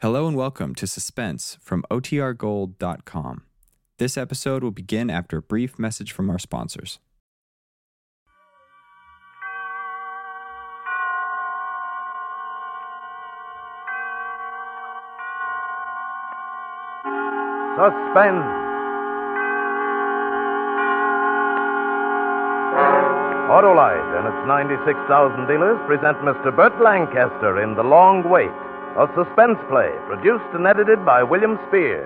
Hello and welcome to Suspense from OTRGold.com. This episode will begin after a brief message from our sponsors. Suspense. Autolite and its 96,000 dealers present Mr. Burt Lancaster in The Long Wait, a suspense play produced and edited by William Spear.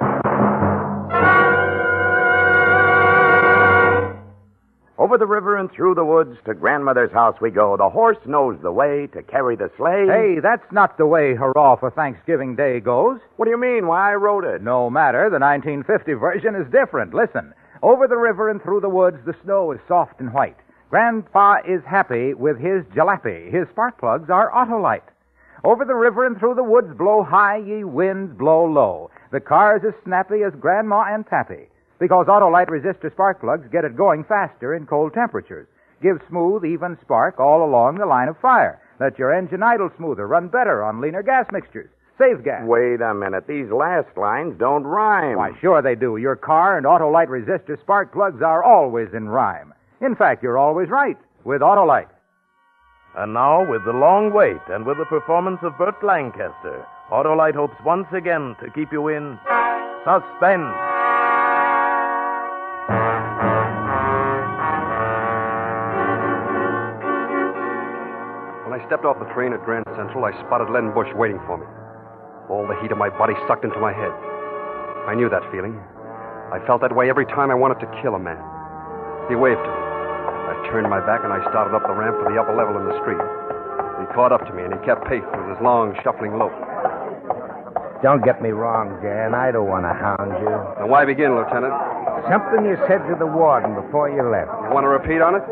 Over the river and through the woods to grandmother's house we go. The horse knows the way to carry the sleigh. Hey, that's not the way hurrah for Thanksgiving Day goes. what do you mean? Why I rode it? No matter, the 1950 version is different. Listen, over the river and through the woods, the snow is soft and white. Grandpa is happy with his jalopy. His spark plugs are Autolite. Over the river and through the woods, blow high, ye winds, blow low. The car's as snappy as Grandma and Tappy. Because Autolite resistor spark plugs get it going faster in cold temperatures. Give smooth, even spark all along the line of fire. Let your engine idle smoother, run better on leaner gas mixtures. Save gas. Wait a minute. These last lines don't rhyme. Why, sure they do. Your car and Autolite resistor spark plugs are always in rhyme. In fact, you're always right with Autolite. And now, with The Long Wait and with the performance of Burt Lancaster, Autolite hopes once again to keep you in suspense. When I stepped off the train at Grand Central, I spotted Len Bush waiting for me. All the heat of my body sucked into my head. I knew that feeling. I felt that way every time I wanted to kill a man. He waved to me. I turned my back and I started up the ramp to the upper level in the street. He caught up to me and he kept pace with his long, shuffling lope. Don't get me wrong, Dan. I don't want to hound you. Now, why begin, Lieutenant? Something you said to the warden before you left. You want to repeat on it?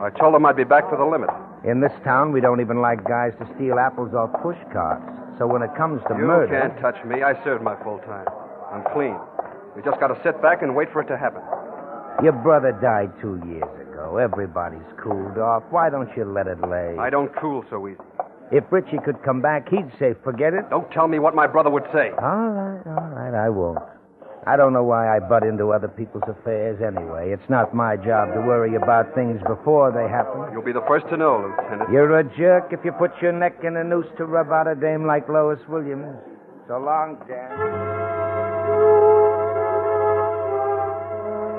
I told him I'd be back for the limit. In this town, we don't even like guys to steal apples off push carts. So when it comes to you murder. can't touch me. I served my full time. I'm clean. We just got to sit back and wait for it to happen. Your brother died two years ago. Everybody's cooled off. Why don't you let it lay? I don't cool so easy. If Richie could come back, he'd say, forget it. Don't tell me what my brother would say. All right, all right, I won't. I don't know why I butt into other people's affairs anyway. It's not my job to worry about things before they happen. You'll be the first to know, Lieutenant. You're a jerk if you put your neck in a noose to rub out a dame like Lois Williams. So long, Dan.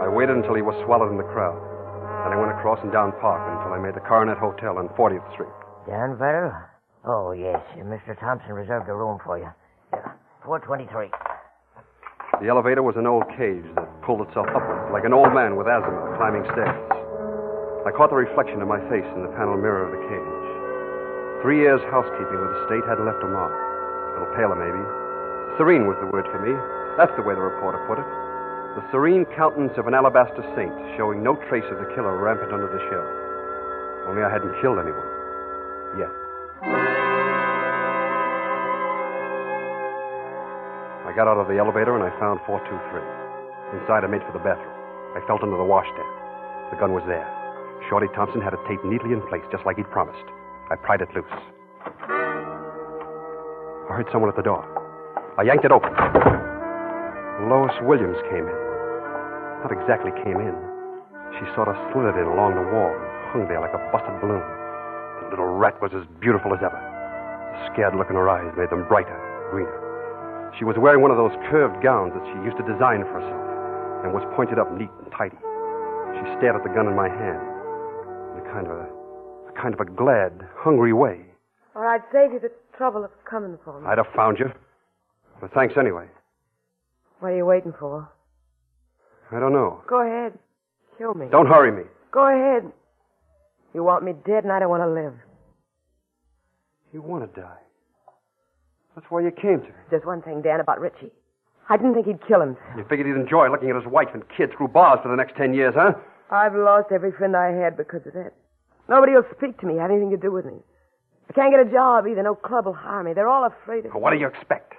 I waited until he was swallowed in the crowd. Then I went across and down Park until I made the Coronet Hotel on 40th Street. Dan Vettel? Oh, yes. Mr. Thompson reserved a room for you. Yeah, 423. The elevator was an old cage that pulled itself upward, like an old man with asthma climbing stairs. I caught the reflection of my face in the panel mirror of the cage. Three years housekeeping with the state had left a mark. A little paler, maybe. Serene was the word for me. That's the way the reporter put it. The serene countenance of an alabaster saint, showing no trace of the killer rampant under the shell. Only I hadn't killed anyone. Yet. I got out of the elevator and I found 423. Inside, I made for the bathroom. I felt under the washstand. The gun was there. Shorty Thompson had it taped neatly in place, just like he'd promised. I pried it loose. I heard someone at the door. I yanked it open. Lois Williams came in. Not exactly came in. She sort of slithered in along the wall and hung there like a busted balloon. The little rat was as beautiful as ever. The scared look in her eyes made them brighter, greener. She was wearing one of those curved gowns that she used to design for herself and was pointed up neat and tidy. She stared at the gun in my hand in a kind of a, a kind of a glad, hungry way. Or I'd save you the trouble of coming for me. I'd have found you. But thanks anyway. What are you waiting for? I don't know. Go ahead. Kill me. Don't hurry me. Go ahead. You want me dead and I don't want to live. You want to die. That's why you came to. me. There's one thing, Dan, about Richie. I didn't think he'd kill himself. You figured he'd enjoy looking at his wife and kids through bars for the next ten years, huh? I've lost every friend I had because of that. Nobody will speak to me, have anything to do with me. I can't get a job either. No club will hire me. They're all afraid of What do you expect?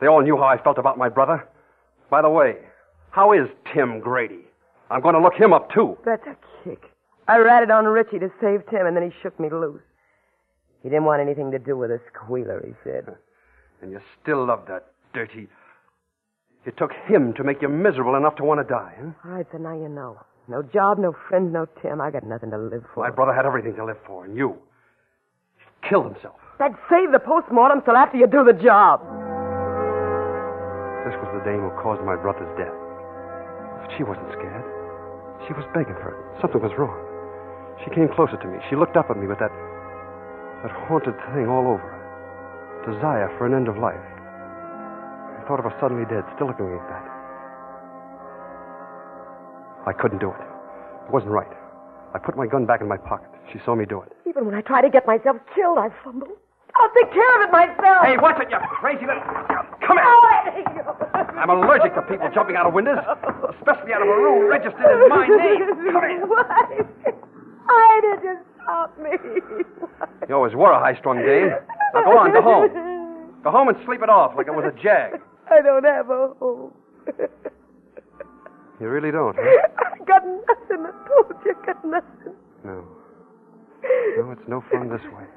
They all knew how I felt about my brother. By the way, how is Tim Grady? I'm going to look him up, too. That's a kick. I ratted on Richie to save Tim, and then he shook me loose. He didn't want anything to do with a squealer, he said. And you still love that dirty. It took him to make you miserable enough to want to die, huh? All right, so now you know. No job, no friend, no Tim. I got nothing to live for. My brother had everything to live for, and you. He killed himself. Dad, save the postmortem till after you do the job. This was the dame who caused my brother's death. But she wasn't scared. She was begging for it. Something was wrong. She came closer to me. She looked up at me with that that haunted thing all over her. Desire for an end of life. I thought of her suddenly dead, still looking like that. I couldn't do it. It wasn't right. I put my gun back in my pocket. She saw me do it. Even when I try to get myself killed, I fumble. I'll take care of it myself. Oh, Hey, what's it, you crazy little. Come here! I'm allergic to people jumping out of windows, especially out of a room registered as my name. Come here. Why? Why did you stop me? You always were a high strung dame. Now go on, go home. Go home and sleep it off like it was a jag. I don't have a home. Hmm? You really don't, huh? I got nothing. I told you, I got nothing. No. No, it's no fun this way.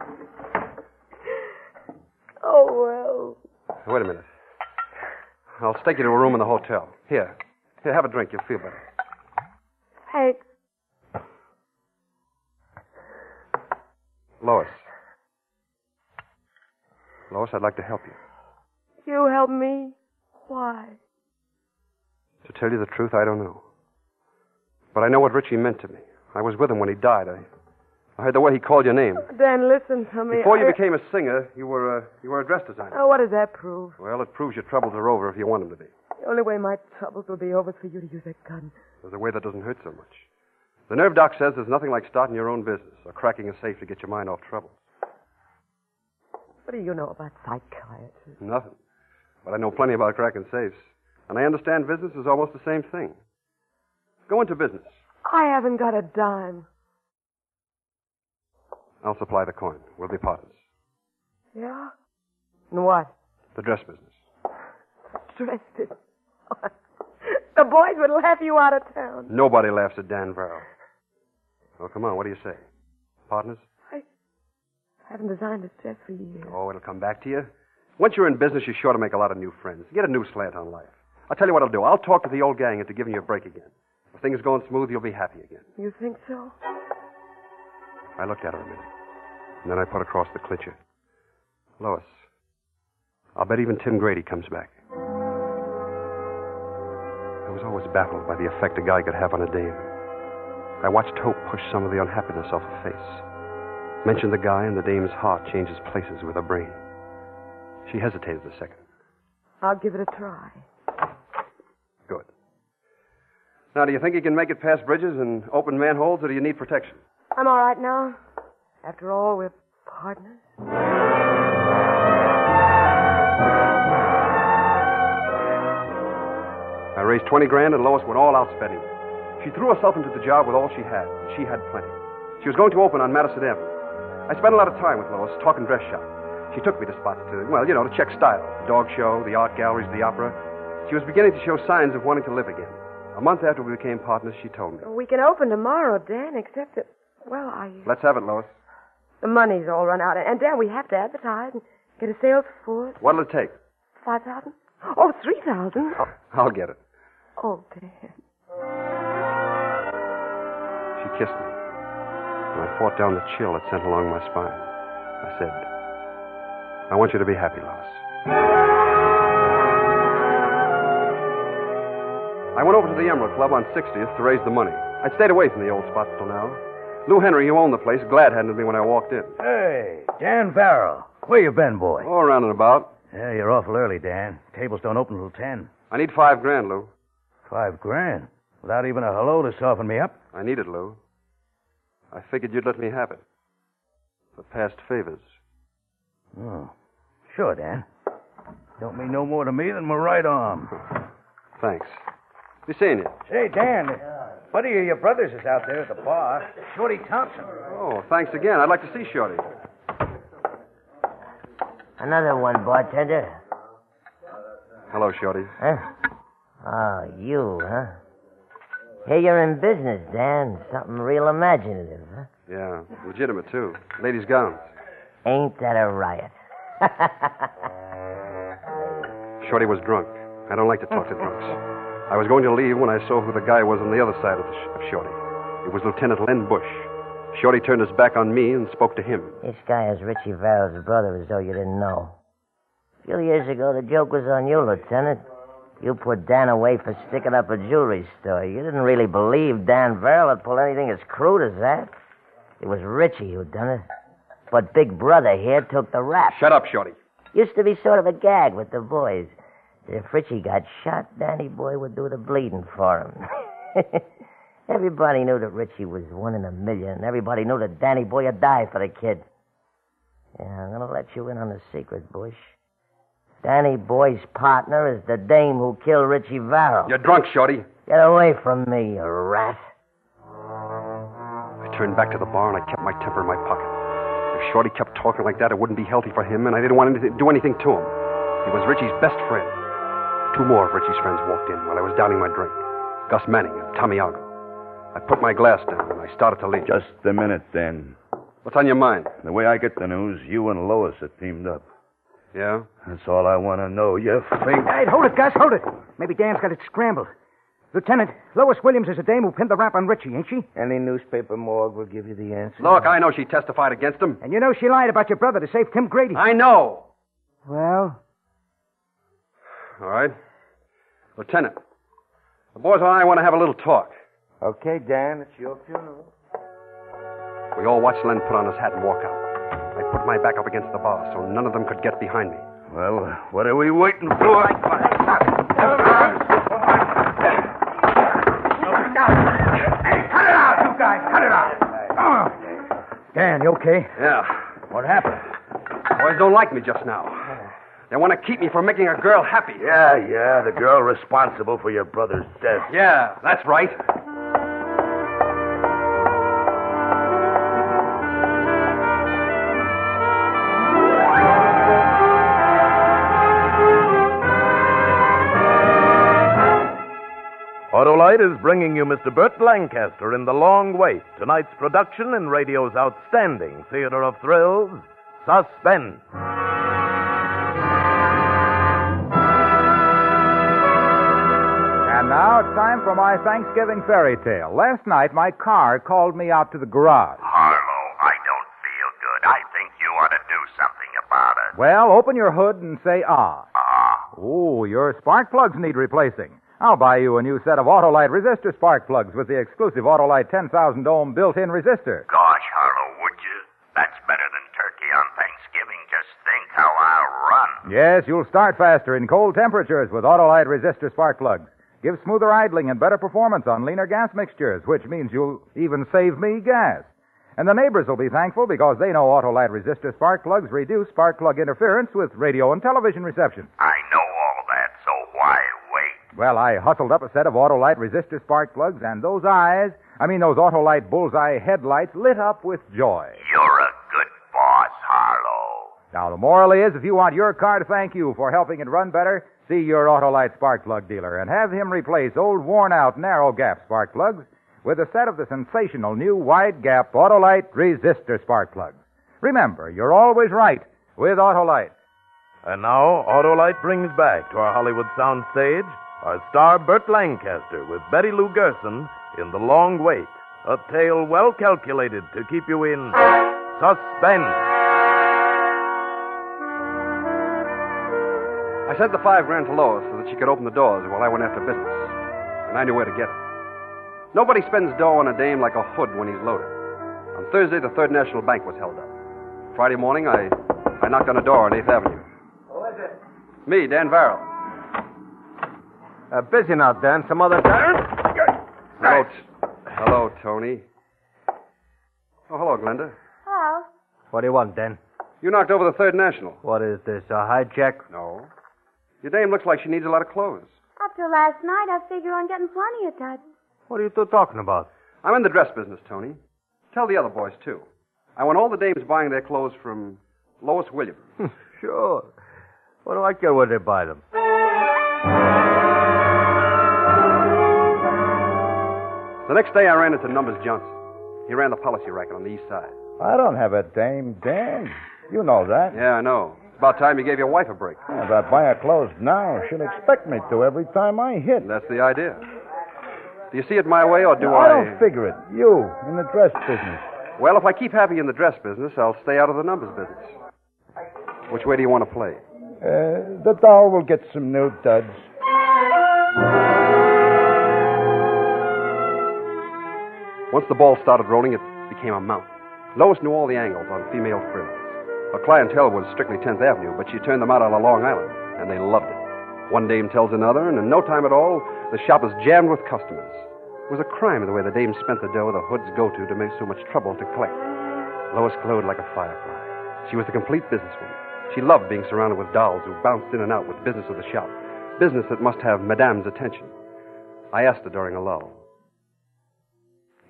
Oh, Wait a minute. I'll take you to a room in the hotel. Here. Here, have a drink. You'll feel better. well. Thanks. Lois. Lois, I'd like to help you. You help me. Why? To tell you the truth, I don't know. But I know what Richie meant to me. I was with him when he died. I, I heard the way he called your name. Dan, listen to me. Before you I- became a singer, you were a, you were a dress designer. Oh, what does that prove? Well, it proves your troubles are over if you want them to be. The only way my troubles will be over is for you to use a gun. There's a way that doesn't hurt so much. The nerve doc says there's nothing like starting your own business or cracking a safe to get your mind off trouble. What do you know about psychiatry? Nothing. But I know plenty about cracking safes. And I understand business is almost the same thing. Go into business. I haven't got a dime. I'll supply the coin. We'll be partners. Yeah? And what? The dress business. Dressed it. the boys would laugh you out of town. Nobody laughs at Dan Varro. Well, come on, what do you say? Partners? I haven't designed a dress for years. Oh, it'll come back to you. Once you're in business, you're sure to make a lot of new friends. Get a new slant on life. I'll tell you what I'll do. I'll talk to the old gang into giving you a break again. If things are going smooth, you'll be happy again. You think so? I looked at her a minute, and then I put across the clincher. Lois, I'll bet even Tim Grady comes back. I was always baffled by the effect a guy could have on a dame. I watched Hope push some of the unhappiness off her face. Mentioned the guy, and the dame's heart changes places with her brain. She hesitated a second. I'll give it a try. Good. Now, do you think you can make it past bridges and open manholes, or do you need protection? I'm all right now. After all, we're partners. I raised 20 grand, and Lois went all out spending. it. She threw herself into the job with all she had. and She had plenty. She was going to open on Madison Avenue. I spent a lot of time with Lois, talking dress shop. She took me to spots to, well, you know, to check style. The dog show, the art galleries, the opera. She was beginning to show signs of wanting to live again. A month after we became partners, she told me. We can open tomorrow, Dan, except that, well, I. Let's have it, Lois. The money's all run out. And, Dan, we have to advertise and get a sales force. What'll it take? 5,000? Oh, 3,000? Oh, I'll get it. oh, Dan. She kissed me, and I fought down the chill it sent along my spine. I said, I want you to be happy, Lois. I went over to the Emerald Club on 60th to raise the money. I'd stayed away from the old spots till now. Lou Henry, who owned the place, glad handed me when I walked in. Hey, Dan Farrell. Where you been, boy? All around and about. Yeah, you're awful early, Dan. Tables don't open till ten. I need five grand, Lou. Five grand. Without even a hello to soften me up. I need it, Lou. I figured you'd let me have it. For past favors. Oh. Sure, Dan. Don't mean no more to me than my right arm. Thanks. Be seeing you. Say, Dan, buddy of your brothers is out there at the bar. Shorty Thompson. Oh, thanks again. I'd like to see Shorty. Another one, bartender. Hello, Shorty. Huh? Oh, you, huh? Hey, you're in business, Dan. Something real imaginative, huh? Yeah, legitimate, too. Ladies' gowns. Ain't that a riot? Shorty was drunk. I don't like to talk to drunks. I was going to leave when I saw who the guy was on the other side of, the sh- of Shorty. It was Lieutenant Len Bush. Shorty turned his back on me and spoke to him. This guy is Richie Val's brother, as though you didn't know. A few years ago, the joke was on you, Lieutenant. You put Dan away for sticking up a jewelry store. You didn't really believe Dan Verrill would pull anything as crude as that. It was Richie who done it. But Big Brother here took the rap. Shut up, Shorty. Used to be sort of a gag with the boys. If Richie got shot, Danny Boy would do the bleeding for him. everybody knew that Richie was one in a million. Everybody knew that Danny Boy would die for the kid. Yeah, I'm going to let you in on a secret, Bush. Danny Boy's partner is the dame who killed Richie Varro. You're drunk, Shorty. Get away from me, you rat. I turned back to the bar and I kept my temper in my pocket. If Shorty kept talking like that, it wouldn't be healthy for him, and I didn't want to do anything to him. He was Richie's best friend. Two more of Richie's friends walked in while I was downing my drink Gus Manning and Tommy Algo. I put my glass down and I started to leave. Just a minute, then. What's on your mind? The way I get the news, you and Lois are teamed up. Yeah? That's all I want to know. You think. Hey, hold it, Gus, hold it. Maybe Dan's got it scrambled. Lieutenant, Lois Williams is the dame who pinned the rap on Richie, ain't she? Any newspaper morgue will give you the answer. Look, I know she testified against him. And you know she lied about your brother to save Tim Grady. I know. Well, All right. Lieutenant, the boys and I want to have a little talk. Okay, Dan, it's your funeral. We all watched Len put on his hat and walk out. I put my back up against the bar so none of them could get behind me. Well, what are we waiting for? Dan, you okay? Yeah. What happened? Boys don't like me just now. They want to keep me from making a girl happy. Yeah, yeah, the girl responsible for your brother's death. Yeah, that's right. Autolite is bringing you Mr. Burt Lancaster in The Long Wait, tonight's production in radio's outstanding theater of thrills, Suspense. And now it's time for my Thanksgiving fairy tale. Last night, my car called me out to the garage. Harlow, I don't feel good. I think you ought to do something about it. Well, open your hood and say ah. Ah, Oh, your spark plugs need replacing. I'll buy you a new set of Autolite resistor spark plugs with the exclusive Autolite 10,000 ohm built-in resistor. gosh, Harlow, would you? That's better than turkey on Thanksgiving. Just think how I'll run. Yes, you'll start faster in cold temperatures with Autolite resistor spark plugs. Give smoother idling and better performance on leaner gas mixtures, which means you'll even save me gas. And the neighbors will be thankful because they know Autolite resistor spark plugs reduce spark plug interference with radio and television reception. I know all that, so why wait? Well, I hustled up a set of Autolite resistor spark plugs, and those eyes, I mean those Autolite bullseye headlights, lit up with joy. You're a good boss, Harlow. Now, the moral is if you want your car to thank you for helping it run better, see your Autolite spark plug dealer and have him replace old worn out narrow gap spark plugs with a set of the sensational new wide gap Autolite resistor spark plugs. Remember, you're always right with Autolite. And now, Autolite brings back to our Hollywood soundstage our star Burt Lancaster with Betty Lou Gerson in The Long Wait, a tale well calculated to keep you in suspense. I sent the five grand to Lois so that she could open the doors while I went after business. And I knew where to get it. Nobody spends dough on a dame like a hood when he's loaded. On Thursday, the Third National Bank was held up. Friday morning, I, I knocked on a door on 8th Avenue. Who is it? Me, Dan Varrell. Uh, busy now, Dan. Some other time. Hello, t- hello, Tony. Oh, hello, Glenda. Hello. What do you want, Dan? You knocked over the Third National. What is this, a hijack? No. Your dame looks like she needs a lot of clothes. After last night, I figure on getting plenty of touch. What are you two talking about? I'm in the dress business, Tony. Tell the other boys, too. I want all the dames buying their clothes from Lois Williams. Sure. What do I care where they buy them? The next day, I ran into Numbers Johnson. He ran the policy racket on the east side. I don't have a dame, Dan. You know that. Yeah, I know. It's about time you gave your wife a break. If I buy her clothes now, she'll expect me to every time I hit. That's the idea. Do you see it my way, or do No, I? I don't figure it. You, in the dress business. Well, if I keep having you in the dress business, I'll stay out of the numbers business. Which way do you want to play? Uh, the doll will get some new duds. Once the ball started rolling, it became a mountain. Lois knew all the angles on female frills. Her clientele was strictly 10th Avenue, but she turned them out on a Long Island, and they loved it. One dame tells another, and in no time at all, the shop is jammed with customers. It was a crime the way the dames spent the dough the hoods go to to make so much trouble to collect. Lois glowed like a firefly. She was a complete businesswoman. She loved being surrounded with dolls who bounced in and out with business of the shop, business that must have Madame's attention. I asked her during a lull.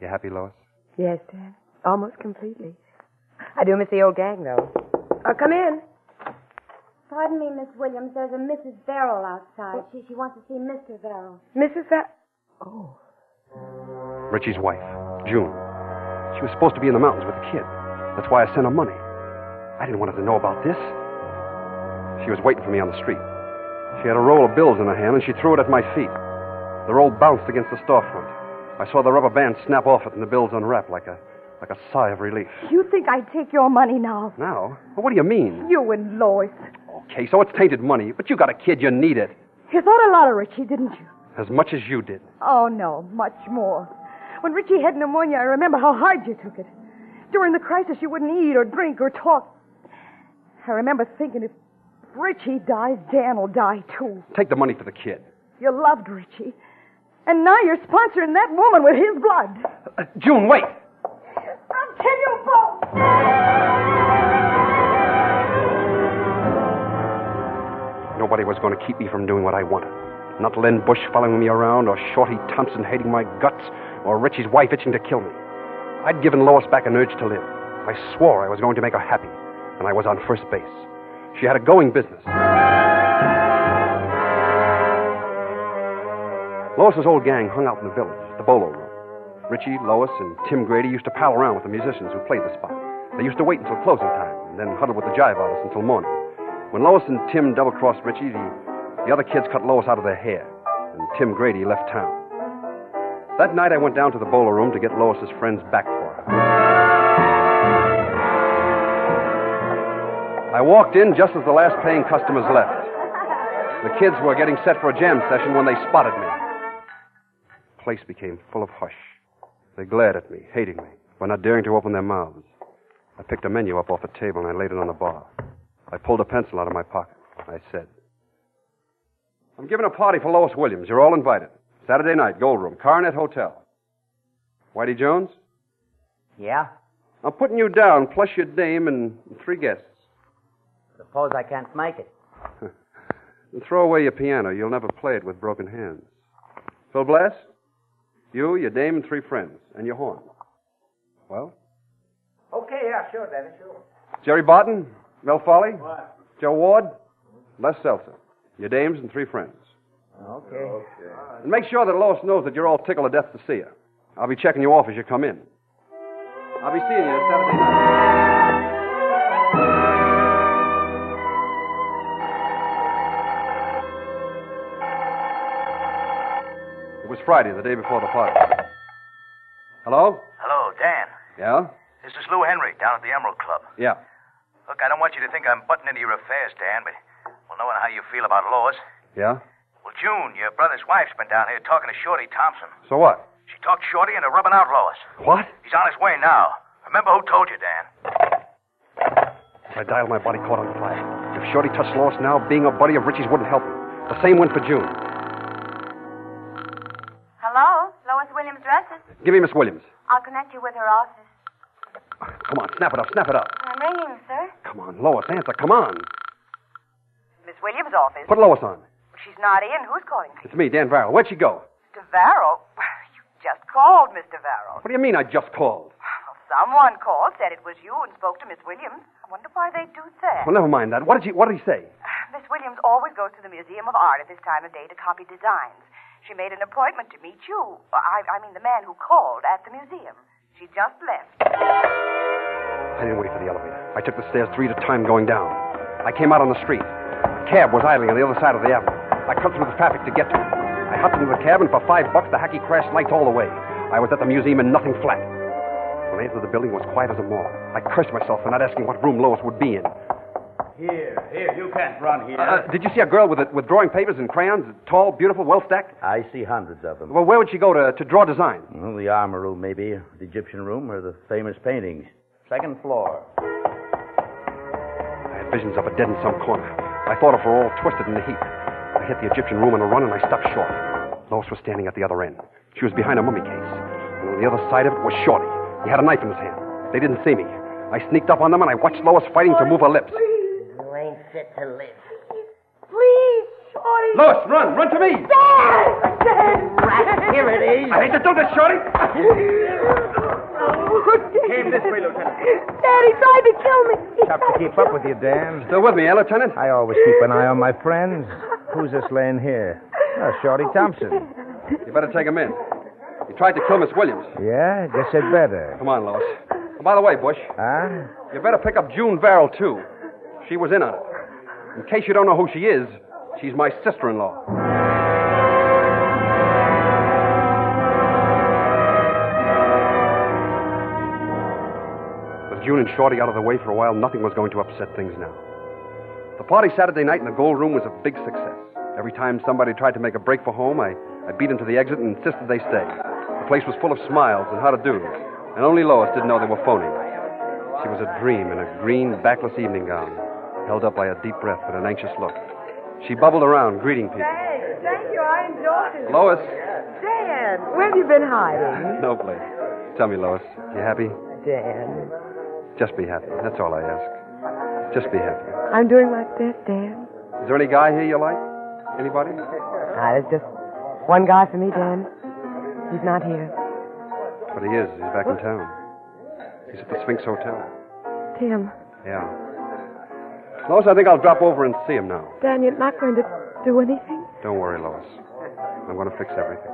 You happy, Lois? Yes, Dad. Almost completely. I do miss the old gang, though. Uh, come in. Pardon me, Miss Williams. There's a Mrs. Verrill outside. She, she wants to see Mr. Verrill. Mrs. Fa- oh. Richie's wife, June. She was supposed to be in the mountains with the kid. That's why I sent her money. I didn't want her to know about this. She was waiting for me on the street. She had a roll of bills in her hand, and she threw it at my feet. The roll bounced against the storefront. I saw the rubber band snap off it and the bills unwrap like a, like a sigh of relief. You think I'd take your money now? Now? Well, what do you mean? You and Lois. Okay, so it's tainted money, but you got a kid, you need it. You thought a lot of Richie, didn't you? As much as you did. Oh, no, much more. When Richie had pneumonia, I remember how hard you took it. During the crisis, you wouldn't eat or drink or talk. I remember thinking if Richie dies, Dan will die too. Take the money for the kid. You loved Richie. And now you're sponsoring that woman with his blood. June, wait! I'll kill you both! Nobody was going to keep me from doing what I wanted. Not Lynn Bush following me around, or Shorty Thompson hating my guts, or Richie's wife itching to kill me. I'd given Lois back an urge to live. I swore I was going to make her happy, and I was on first base. She had a going business. Lois's old gang hung out in the village, the Bolo Room. Richie, Lois, and Tim Grady used to pal around with the musicians who played the spot. They used to wait until closing time, and then huddle with the jive artists until morning. When Lois and Tim double crossed Richie, the, the other kids cut Lois out of their hair, and Tim Grady left town. That night, I went down to the bowler room to get Lois's friends back for her. I walked in just as the last paying customers left. The kids were getting set for a jam session when they spotted me. The place became full of hush. They glared at me, hating me, but not daring to open their mouths. I picked a menu up off the table and I laid it on the bar. I pulled a pencil out of my pocket. I said, I'm giving a party for Lois Williams. You're all invited. Saturday night, Gold Room, Coronet Hotel. Whitey Jones? Yeah? I'm putting you down, plus your dame and three guests. Suppose I can't make it. And throw away your piano. You'll never play it with broken hands. Phil Blass? You, your dame, and three friends, and your horn. Well? Okay, yeah, sure, Danny, sure. Jerry Barton? Mel Folly? Joe Ward? Les Seltzer. Your dames and three friends. Okay. okay. And make sure that Lois knows that you're all tickled to death to see her. I'll be checking you off as you come in. I'll be seeing you Saturday It was Friday, the day before the party. Hello? Hello, Dan. Yeah? This is Lou Henry down at the Emerald Club. Yeah. Look, I don't want you to think I'm butting into your affairs, Dan, but well, knowing how you feel about Lois. Yeah? Well, June, your brother's wife's been down here talking to Shorty Thompson. So what? She talked Shorty into rubbing out Lois. What? He's on his way now. Remember who told you, Dan? I dialed my body caught on fire. If Shorty touched Lois now, being a buddy of Richie's wouldn't help him. The same went for June. Hello? Lois Williams dresses. Give me Miss Williams. I'll connect you with her office. Come on, snap it up, snap it up. I'm ringing, sir. Come on, Lois, answer. Come on. Miss Williams' office. Put Lois on. She's not in. Who's calling? It's me, Dan Varro. Where'd she go? Mr. Varro? You just called, Mr. Varro. What do you mean I just called? Someone called, said it was you, and spoke to Miss Williams. I wonder why they do that. Well, never mind that. What did she? What did he say? Miss Williams always goes to the Museum of Art at this time of day to copy designs. She made an appointment to meet you. I, I mean, the man who called at the museum. She just left. I didn't wait for the elevator. I took the stairs three at a time going down. I came out on the street. A cab was idling on the other side of the avenue. I cut through the traffic to get to it. I hopped into the cab, and for five bucks, the hacky crashed lights all the way. I was at the museum and nothing flat. When I entered the building, it was quiet as a mall. I cursed myself for not asking what room Lois would be in. Here, here, you can't run here. Uh, did you see a girl with, a, with drawing papers and crayons, tall, beautiful, well stacked? I see hundreds of them. Well, where would she go to, to draw design? Well, the armor room, maybe, the Egyptian room, or the famous paintings. Second floor. I had visions of her dead in some corner. I thought of her all twisted in the heat. I hit the Egyptian room on a run and I stopped short. Lois was standing at the other end. She was behind a mummy case. And on the other side of it was Shorty. He had a knife in his hand. They didn't see me. I sneaked up on them and I watched Lois fighting to move her lips. You ain't fit to live. Please, Shorty. Lois, run! Run to me! Dad! Dad! Right, here it is. I hate to do this, Shorty! Came this way, Lieutenant. Dad, he tried to kill me. He Tough to keep up with you, Dan. Still with me, eh, Lieutenant? I always keep an eye on my friends. Who's this laying here? Oh, Shorty Thompson. You better take him in. He tried to kill Miss Williams. Yeah, guess I'd better. Come on, Lois. And by the way, Bush, Huh? you better pick up June Varrell, too. She was in on it. In case you don't know who she is, she's my sister in law. With June and Shorty out of the way for a while, nothing was going to upset things now. The party Saturday night in the Gold Room was a big success. Every time somebody tried to make a break for home, I, I beat them to the exit and insisted they stay. The place was full of smiles and how to do, and only Lois didn't know they were phony. She was a dream in a green, backless evening gown, held up by a deep breath and an anxious look. She bubbled around, greeting people. Thanks. Thank you. I enjoyed it. Lois. Dan, where have you been hiding? No place. Tell me, Lois, you happy? Dan. Just be happy. That's all I ask. Just be happy. I'm doing like that, Dan. Is there any guy here you like? Anybody? Ah, there's just one guy for me, Dan. He's not here. But he is. He's back in town. He's at the Sphinx Hotel. Tim. Yeah. Lois, I think I'll drop over and see him now. Dan, you're not going to do anything? Don't worry, Lois. I'm going to fix everything.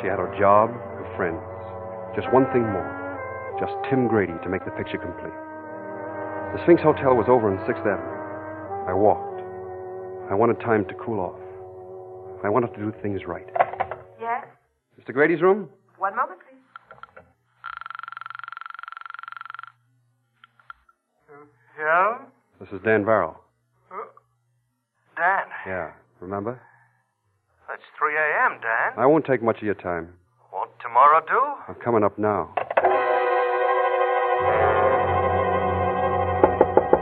She had her job, her friends. Just one thing more. Just Tim Grady to make the picture complete. The Sphinx Hotel was over on 6th Avenue. I walked. I wanted time to cool off. I wanted to do things right. Yes? Mr. Grady's room? One moment, please. Yeah? This is Dan Varrell. Dan, Yeah, remember? that's 3 a.m., Dan. I won't take much of your time. Won't tomorrow do? I'm coming up now.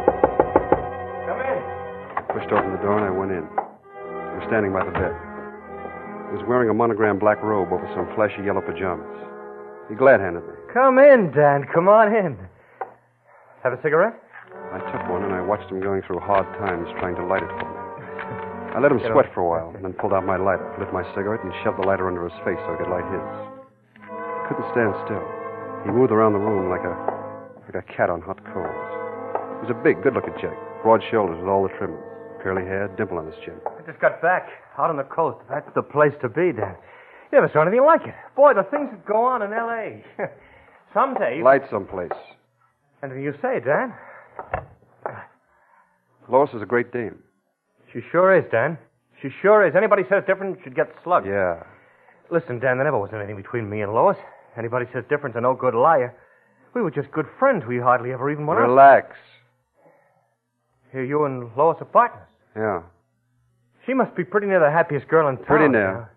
Come in. Pushed open the door and I went in. He was standing by the bed. He was wearing a monogram black robe over some flashy yellow pajamas. He glad handed me. Come in, Dan. Come on in. Have a cigarette? I took one and I watched him going through hard times trying to light it for me. I let him sweat for a while, and then pulled out my lighter, lit my cigarette, and shoved the lighter under his face so he could light his. Couldn't stand still. He moved around the room like a like a cat on hot coals. He was a big, good-looking chap, broad shoulders with all the trimmings, curly hair, dimple on his chin. I just got back. Out on the coast. That's the place to be, Dan. You never saw anything like it. Boy, the things that go on in L.A. Someday. Light someplace. Anything you say, Dan? Lois is a great dame. She sure is, Dan. She sure is. Anybody says different should get slugged. Yeah. Listen, Dan, there never was anything between me and Lois. Anybody says different's a no good liar. We were just good friends. We hardly ever even went out. Relax. Here, you and Lois are partners. Yeah. She must be pretty near the happiest girl in town. Pretty near.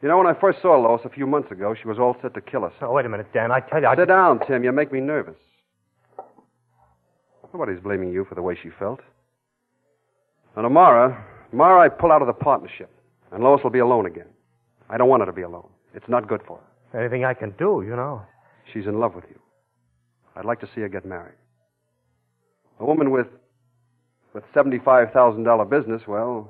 You know, when I first saw Lois a few months ago, she was all set to kill us. Oh, wait a minute, Dan. I tell you, I Sit down, Tim. You make me nervous. Nobody's blaming you for the way she felt. Now, tomorrow, tomorrow I pull out of the partnership, and Lois will be alone again. I don't want her to be alone. It's not good for her. Anything I can do, you know. She's in love with you. I'd like to see her get married. A woman with with seventy-five thousand dollar business, well,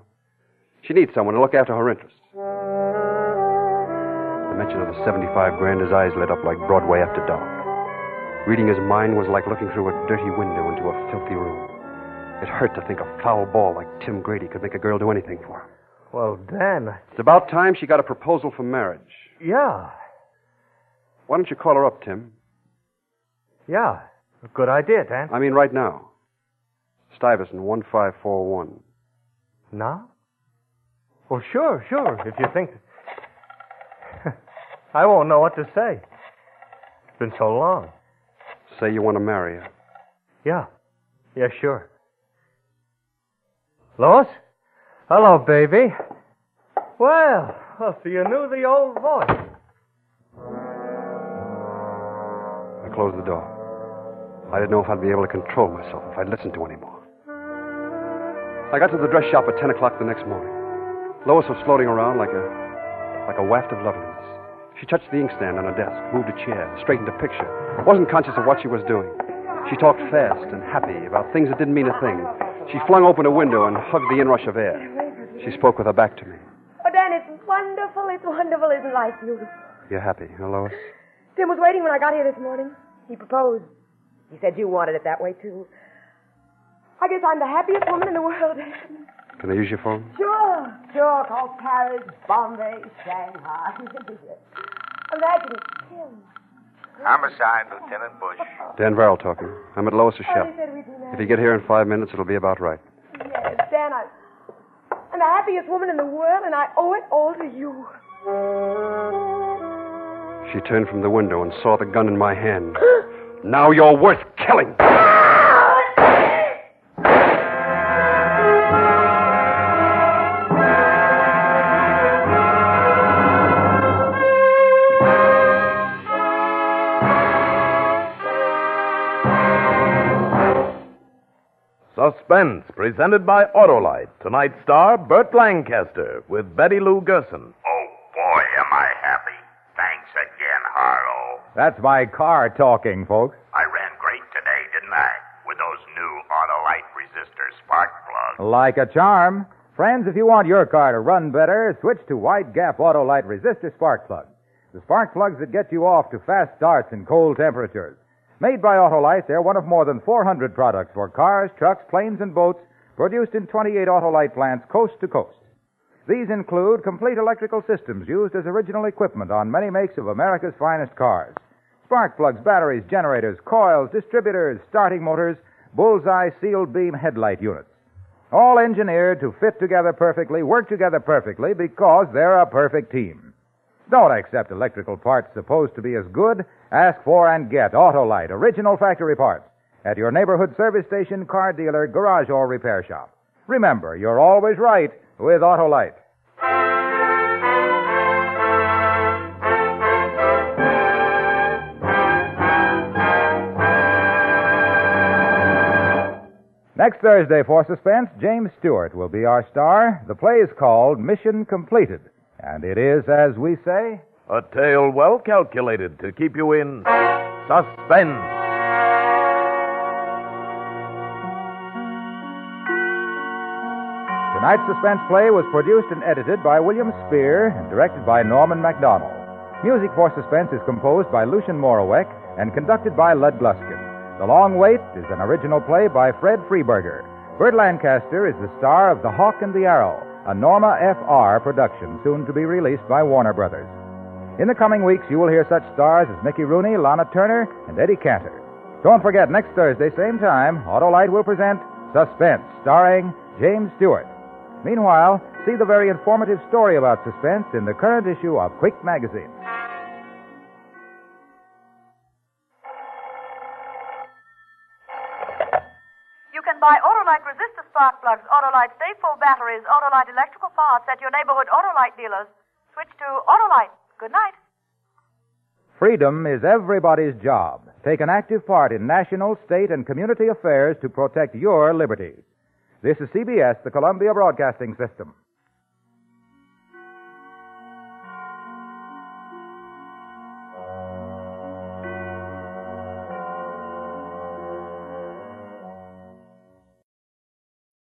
she needs someone to look after her interests. The mention of the seventy-five grand, his eyes lit up like Broadway after dark. Reading his mind was like looking through a dirty window into a filthy room. It hurt to think a foul ball like Tim Grady could make a girl do anything for him. Well, Dan, It's about time she got a proposal for marriage. yeah. Why don't you call her up, Tim? Yeah, a good idea, Dan. I mean, right now. Stuyvesant, 1541. Now? Well, sure, sure, if you think. I won't know what to say. It's been so long. Say you want to marry her. Yeah. Yeah, sure. Lois? Hello, baby. Well, well, so you knew the old voice. I closed the door. I didn't know if I'd be able to control myself if I'd listened to any more. I got to the dress shop at 10 o'clock the next morning. Lois was floating around like a, like a waft of loveliness. She touched the inkstand on her desk, moved a chair, straightened a picture, wasn't conscious of what she was doing. She talked fast and happy about things that didn't mean a thing. She flung open a window and hugged the inrush of air. She spoke with her back to me. Oh, Dan, it's wonderful. It's wonderful. Isn't life beautiful? You're happy, huh, Lois? Tim was waiting when I got here this morning. He proposed. He said you wanted it that way, too. I guess I'm the happiest woman in the world. Can I use your phone? Sure, sure. Call Paris, Bombay, Shanghai. Imagine it, Tim. Homicide, Lieutenant Bush. Dan Varrell talking. I'm at Lois's shop. They said we'd be married. If you get here in five minutes, it'll be about right. Yes, Dan, I, I'm the happiest woman in the world, and I owe it all to you. She turned from the window and saw the gun in my hand. now you're worth killing. Suspense, presented by Autolite. Tonight's star, Burt Lancaster, with Betty Lou Gerson. Oh, boy, am I happy. Thanks again, Harlow. That's my car talking, folks. I ran great today, didn't I? With those new Autolite resistor spark plugs. Like a charm. Friends, if you want your car to run better, switch to Wide Gap Autolite Resistor Spark Plug. The spark plugs that get you off to fast starts and cold temperatures. Made by Autolite, they're one of more than 400 products for cars, trucks, planes, and boats produced in 28 Autolite plants coast to coast. These include complete electrical systems used as original equipment on many makes of America's finest cars. Spark plugs, batteries, generators, coils, distributors, starting motors, bullseye sealed beam headlight units. All engineered to fit together perfectly, work together perfectly, because they're a perfect team. Don't accept electrical parts supposed to be as good. Ask for and get Autolite original factory parts at your neighborhood service station, car dealer, garage, or repair shop. Remember, you're always right with Autolite. Next Thursday for Suspense, James Stewart will be our star. The play is called Mission Completed, and it is, as we say, A tale well calculated to keep you in suspense. Tonight's suspense play was produced and edited by William Spear and directed by Norman MacDonald. Music for Suspense is composed by Lucian Morawek and conducted by Lud Gluskin. The Long Wait is an original play by Fred Freeberger. Bert Lancaster is the star of The Hawk and the Arrow, a Norma FR production soon to be released by Warner Brothers. In the coming weeks, you will hear such stars as Mickey Rooney, Lana Turner, and Eddie Cantor. Don't forget, next Thursday, same time, Autolite will present Suspense, starring James Stewart. Meanwhile, see the very informative story about suspense in the current issue of Quick Magazine. You can buy Autolite resistor spark plugs, Autolite full batteries, Autolite electrical parts at your neighborhood Autolite dealers. Switch to Autolite. Good night. Freedom is everybody's job. Take an active part in national, state, and community affairs to protect your liberties. This is CBS, the Columbia Broadcasting System.